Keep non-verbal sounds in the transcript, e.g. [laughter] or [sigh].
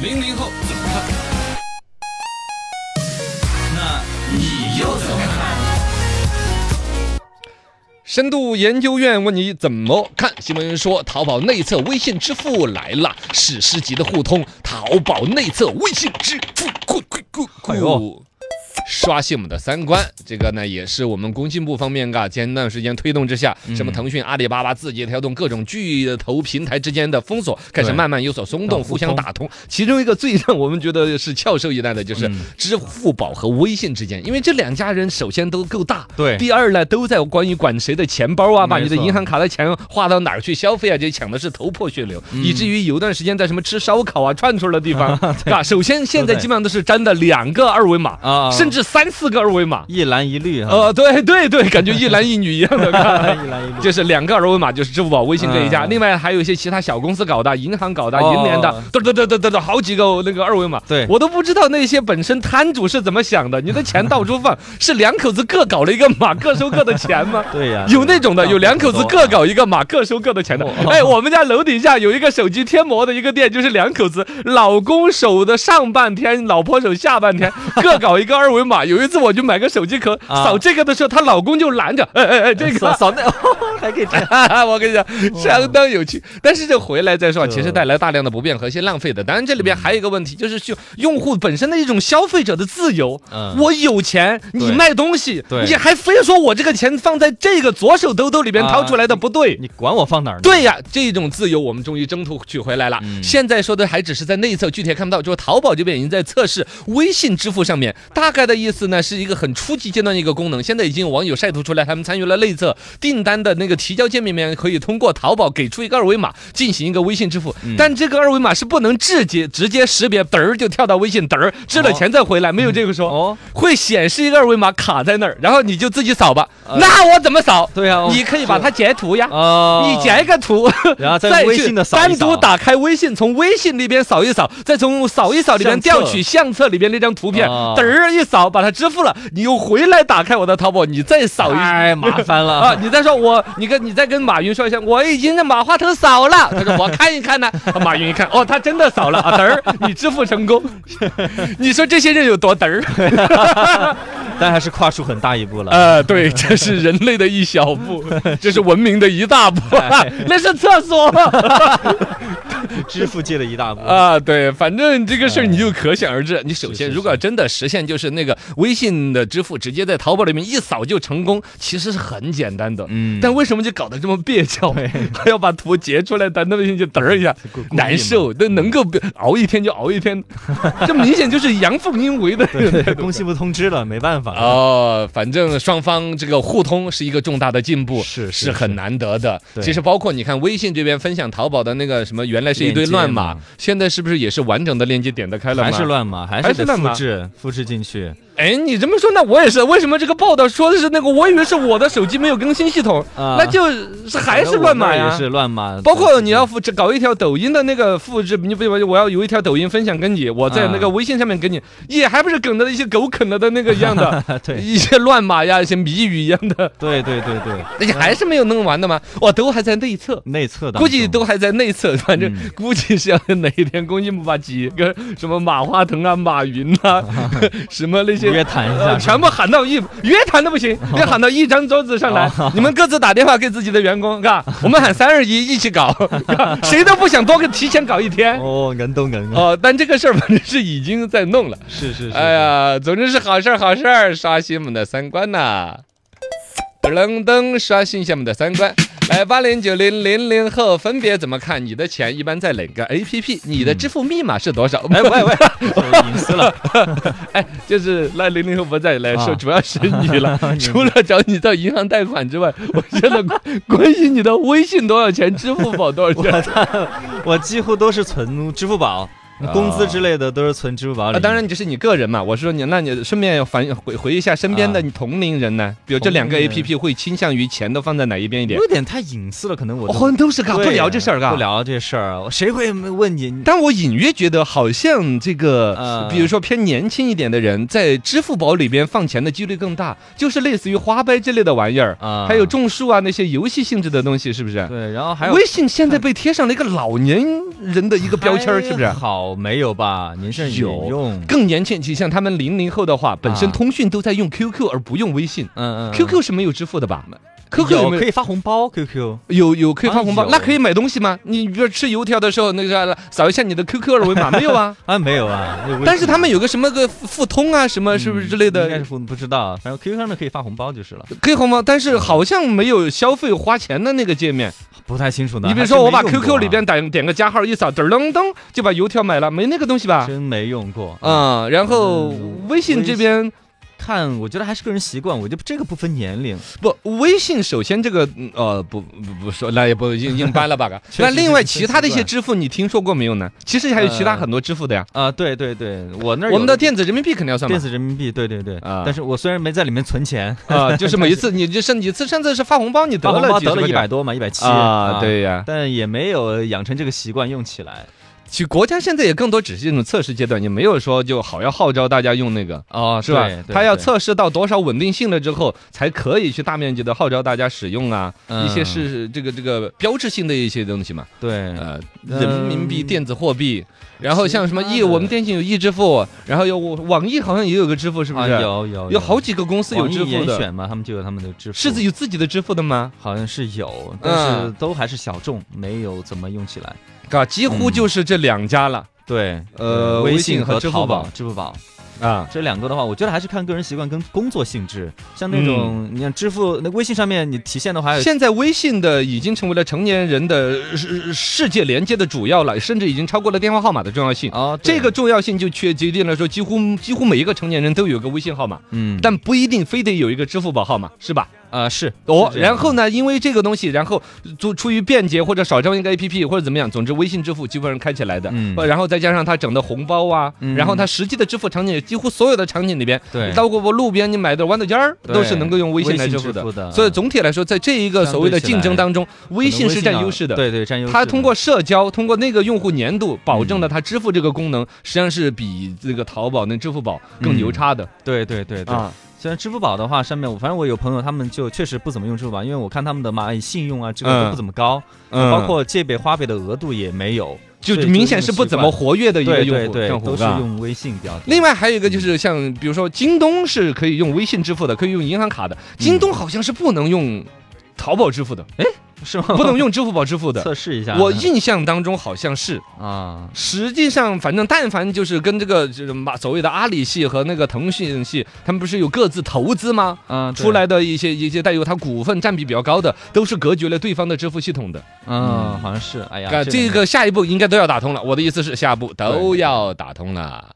零零后怎么看？那你又怎么看？深度研究院问你怎么看？新闻说，淘宝内测微信支付来了，史诗级的互通，淘宝内测微信支付，酷酷酷哎酷呦！刷新我们的三观，这个呢也是我们工信部方面嘎前段时间推动之下，嗯什么腾讯、阿里巴巴、字节跳动各种巨头平台之间的封锁开始对啊慢慢有所松动，互互相通打通。其中一个最让我们觉得是翘首以待的就是嗯支付宝和微信之间，因为这两家人首先都够大，对第二呢，都在关于管谁的钱包啊，把没你的错银行卡的钱花到哪儿去消费啊，这抢的是头破血流，嗯以至于有段时间在什么吃烧烤啊、串串的 [laughs] 地方，啊，首先现在对基本上都是粘的两个二维码啊甚至三四个二维 [laughs] 码。一蓝一绿哈，呃，对对对，感觉一男一女一样 [laughs] 的看。一蓝一绿。就是两个二维码，就是支付宝、微信这一家，嗯另外还有一些其他小公司搞的、银行搞的、哦银联的，嘚嘚嘚嘚嘚嘚，好几个那个二维码。对我都不知道那些本身摊主是怎么想的，你的钱到处放，是两口子各搞了一个码，各收各的 [laughs] 钱吗？对呀、有那种的，差有两不口多子各搞一个码，各收各的哦钱的。哎，我们家楼底下有一个手机贴膜的一个店，就是两口子，老公手的上半天，老婆手下半天， [laughs] 各搞一个二维码。有一次我就买个手机壳，啊扫这个的时候，她老公就拦着，哎哎哎，这个扫扫那还可以这样。 [laughs] 我跟你讲，相当有趣。但是这回来再说，啊，对其实带来大量的不便和一些浪费的。当然，这里嗯边还有一个问题，就是用用户本身的一种消费者的自由。嗯我有钱，你对卖东西，对你还非说我这个钱放在这个左手兜兜里边啊掏出来的不对。你管我放哪儿呢？对呀，这种自由我们终于挣脱取回来了。嗯现在说的还只是在内测，具体还看不到。就是淘宝这边已经在测试微信支付上面，大概的意思呢是一个很初级阶段的一个功能。现在已经有网友晒图出来，他们参与了内测，订单的那个提交界面里面可以通过淘宝给出一个二维码进行一个微信支付，嗯但这个二维码是不能直接直接识别，嘚儿就跳到微信，嘚儿支了钱再回来，没有这个说。哦，会显示一个二维码卡在那儿，然后你就自己扫吧。那我怎么扫？呃对哦呀、你可以把它截图呀。啊，你截个图，然后再在微信的扫一扫单独打开微信，从微信那边扫一扫，再从扫一扫里相册边调取相册里边那张图片，哦嘚儿一扫把它支付了，你又回来打开我的淘宝，你再扫一太麻烦了 [laughs] 啊！你再说我，你跟你再跟马云说一下，我已经在马化腾扫了。他说我看一看呢、 [laughs] 啊马云一看，哦，他真的扫了啊！嘚儿， [laughs] 你支付成功。你说这些人有多嘚 [laughs] 儿？但还是跨出很大一步了。呃，对，这是人类的一小步，这是文明的一大步，啊 [laughs] 哎那是厕所。支付界的一大步。啊，对，反正这个事儿你就可想而知。你首先，哎是是如果真的实现就是那个微信的支付直接在淘宝里面一扫就成功，其实是很简单的。嗯但为什么就搞得这么蹩 [laughs] 脚？还要把图截出来，单那么就嘚儿一下，故意难嘛 [laughs] 受。那能嗯够熬一天就熬一天，这明显就是阳奉阴违的 [laughs] 人。工信部通知了，没办法。哦，反正双方这个互通是一个重大的进步，是是是很难得的。对其实包括你看微信这边分享淘宝的那个什么，原来是一堆链接乱码嘛，现在是不是也是完整的链接点得开了吗？还是。乱码，还还是是得乱复码制，复制进去。哎，你这么说，那我也是。为什么这个报道说的是那个？我以为是我的手机没有更新系统，啊那就是还是反正我乱码那儿呀。也是乱码。包括你要复制搞一条抖音的那个复制，你比如我要有一条抖音分享给你，我在那个啊，微信上面给你，也还不是梗的一些狗啃了的那个一样的对一些乱码呀，一些谜语一样的。对对对对， [laughs] 那你还是没有弄完的吗？哇，都还在内测。内测的估计都还在内测，反正嗯估计是要哪一天工信部把几个什么马化腾啊、马云 [laughs] 啊，什么那些约谈一下，呃全部喊到一约谈都不 [laughs] 行，要喊到一张桌子上来， [laughs] 你们各自打电话给自己的员工， [laughs] 嘎，我们喊三二一一起搞，嘎谁都不想多个提前搞一天。哦，人都人啊，哦，但这个事儿反正是已经在弄了。是是是，[laughs] 哎呀，总之是好事儿，好事儿，刷新我们的三观呐、 [laughs] 噔噔噔，刷新一下我们的三观。来，八零九零零零后分别怎么看？你的钱一般在哪个 APP？你的支付密码是多少？ [laughs] 哎喂喂，有隐私了，哎，就是那零零后不在来说，啊主要是 [laughs] 你了。嗯除了找你到银行贷款之外， [laughs] 我觉得关心你的微信多少钱，支付宝多少钱。我几乎都是存支付宝，工资之类的都是存支付宝啊，里。哦当然，你这是你个人嘛。我是说你，那你顺便要反回回一下身边的啊你同龄人呢，比如这两个同龄 A 人 P P 会倾向于钱都放在哪一边一点？有点太隐私了，可能我我好像都是嘎，对哦啊啊不聊这事儿嘎。不。聊这事儿，谁会问 [laughs] 你？但我隐约觉得，好像这个嗯，比如说偏年轻一点的人，在支付宝里边放钱的几率更大，就是类似于花呗之类的玩意儿，啊还有种树啊那些游戏性质的东西，是不是？对，然后还有微信现在被贴上了一个老年人的一个标签儿，是不是？好，没有吧？您是有有嗯用，更年轻期，像他们零零后的话，本身通讯都在用 QQ 而不用微信嗯嗯，QQ 是没有支付的吧有？QQ 有没可有？以发红包，QQ 有有可以发啊红包，有那可以买东西吗？你比如说吃油条的时候，那个扫一下你的 QQ 二维码，没有啊？啊没有啊，那微信但是他们有个什么个付付通啊，什么 [laughs] 是不是之嗯类应该的是，不不知道，啊反正 QQ 上面可以发红包就是了，可以红包，但是好像没有消费花钱的那个界面。不太清楚呢。你比如还说，真我没把用过 QQ 啊里边点点个加号一扫，噔儿噔噔就把油条买了，没那个东西吧？真没用过啊。啊，然后嗯微信微这信边看，我觉得还是个人习惯，我觉得这个不分年龄。不，微信首先这个嗯呃不不不说，那也不硬硬掰了吧？嘎 [laughs] 确那实另外是其他的一些习惯支付你听说过没有呢？其实还有其他呃很多支付的呀，啊，对对对，我那儿我们的有电子人民币肯定要算电嘛。子人民币，对对对啊但是我虽然没在里面存钱，啊，就是每一 [laughs] 次你就是你次上次是发红包，你得发红包了得了一一百多嘛，一百七啊，，对呀。但也没有养成这个习惯用起来。其实国家现在也更多只是一种测试阶段，也没有说就好要号召大家用那个。哦，是吧？它要测试到多少稳定性了之后，才可以去大面积的号召大家使用啊，一些嗯是这个这个标志性的一些东西嘛。对，呃，嗯人民币电子货币，然后像什么其他易，的我们电信有易支付，然后有网易好像也有个支付，是不啊是？有有有好几个公司有网易支付严的，选嘛，嗯他们就有他们的支付，是自己有自己的支付的吗？好像是有，但是嗯都还是小众，没有怎么用起来。嘎，几乎就是这两家了对，呃微微信信和和支付淘宝宝、支付宝啊。这两个的话，我觉得还是看个人习惯跟工作性质。像那种你看支付，那微信上面你提现的话，嗯现在微信的已经成为了成年人的世世界连接的主要了，甚至已经超过了电话号码的重要性。哦，对这个重要性就确决定了说，几乎几乎每一个成年人都有个微信号码，嗯，但不一定非得有一个支付宝号码，是吧？啊是哦，是这样然后呢，因为这个东西，然后出出于便捷或者少装一个 APP 或者怎么样，总之微信支付基本上开起来的，嗯呃然后再加上它整的红包啊，嗯然后它实际的支付场景，几乎所有的场景里边，对包括我路边你买的豌豆尖儿，对都是能够用微信来支付微信支的。付的嗯所以总体来说，在这一个所谓的竞争当中，微信是占优势的。啊对对占优势。它通过社交，通过那个用户粘度，保证了它支付这个功能实际上是比这个淘宝那支付宝更牛叉的对对对对，啊。虽然支付宝的话，上面我反正我有朋友，他们就确实不怎么用支付宝，因为我看他们的蚂蚁信用啊，这个嗯都不怎么高，嗯包括借呗、花呗的额度也没有，就所以明显是不怎么习活跃的一惯个对对用户对用，户都是是吧用微信比较多。另外还有一个就是像比如说京东是可以用微信支付的，可以用银行卡的，京东好像是不能用淘宝支付的，是吗？不能用支付宝支付的。测试一下。我印象当中好像是，啊，实际上反正但凡就是跟这个就是嘛所谓的阿里系和那个腾讯系，他们不是有各自投资吗？嗯，对出来的一些一些带有它股份占比比较高的，都是隔绝了对方的支付系统的。嗯，好像是。哎呀啊，，这个下一步应该都要打通了。我的意思是，下一步都对要打通了。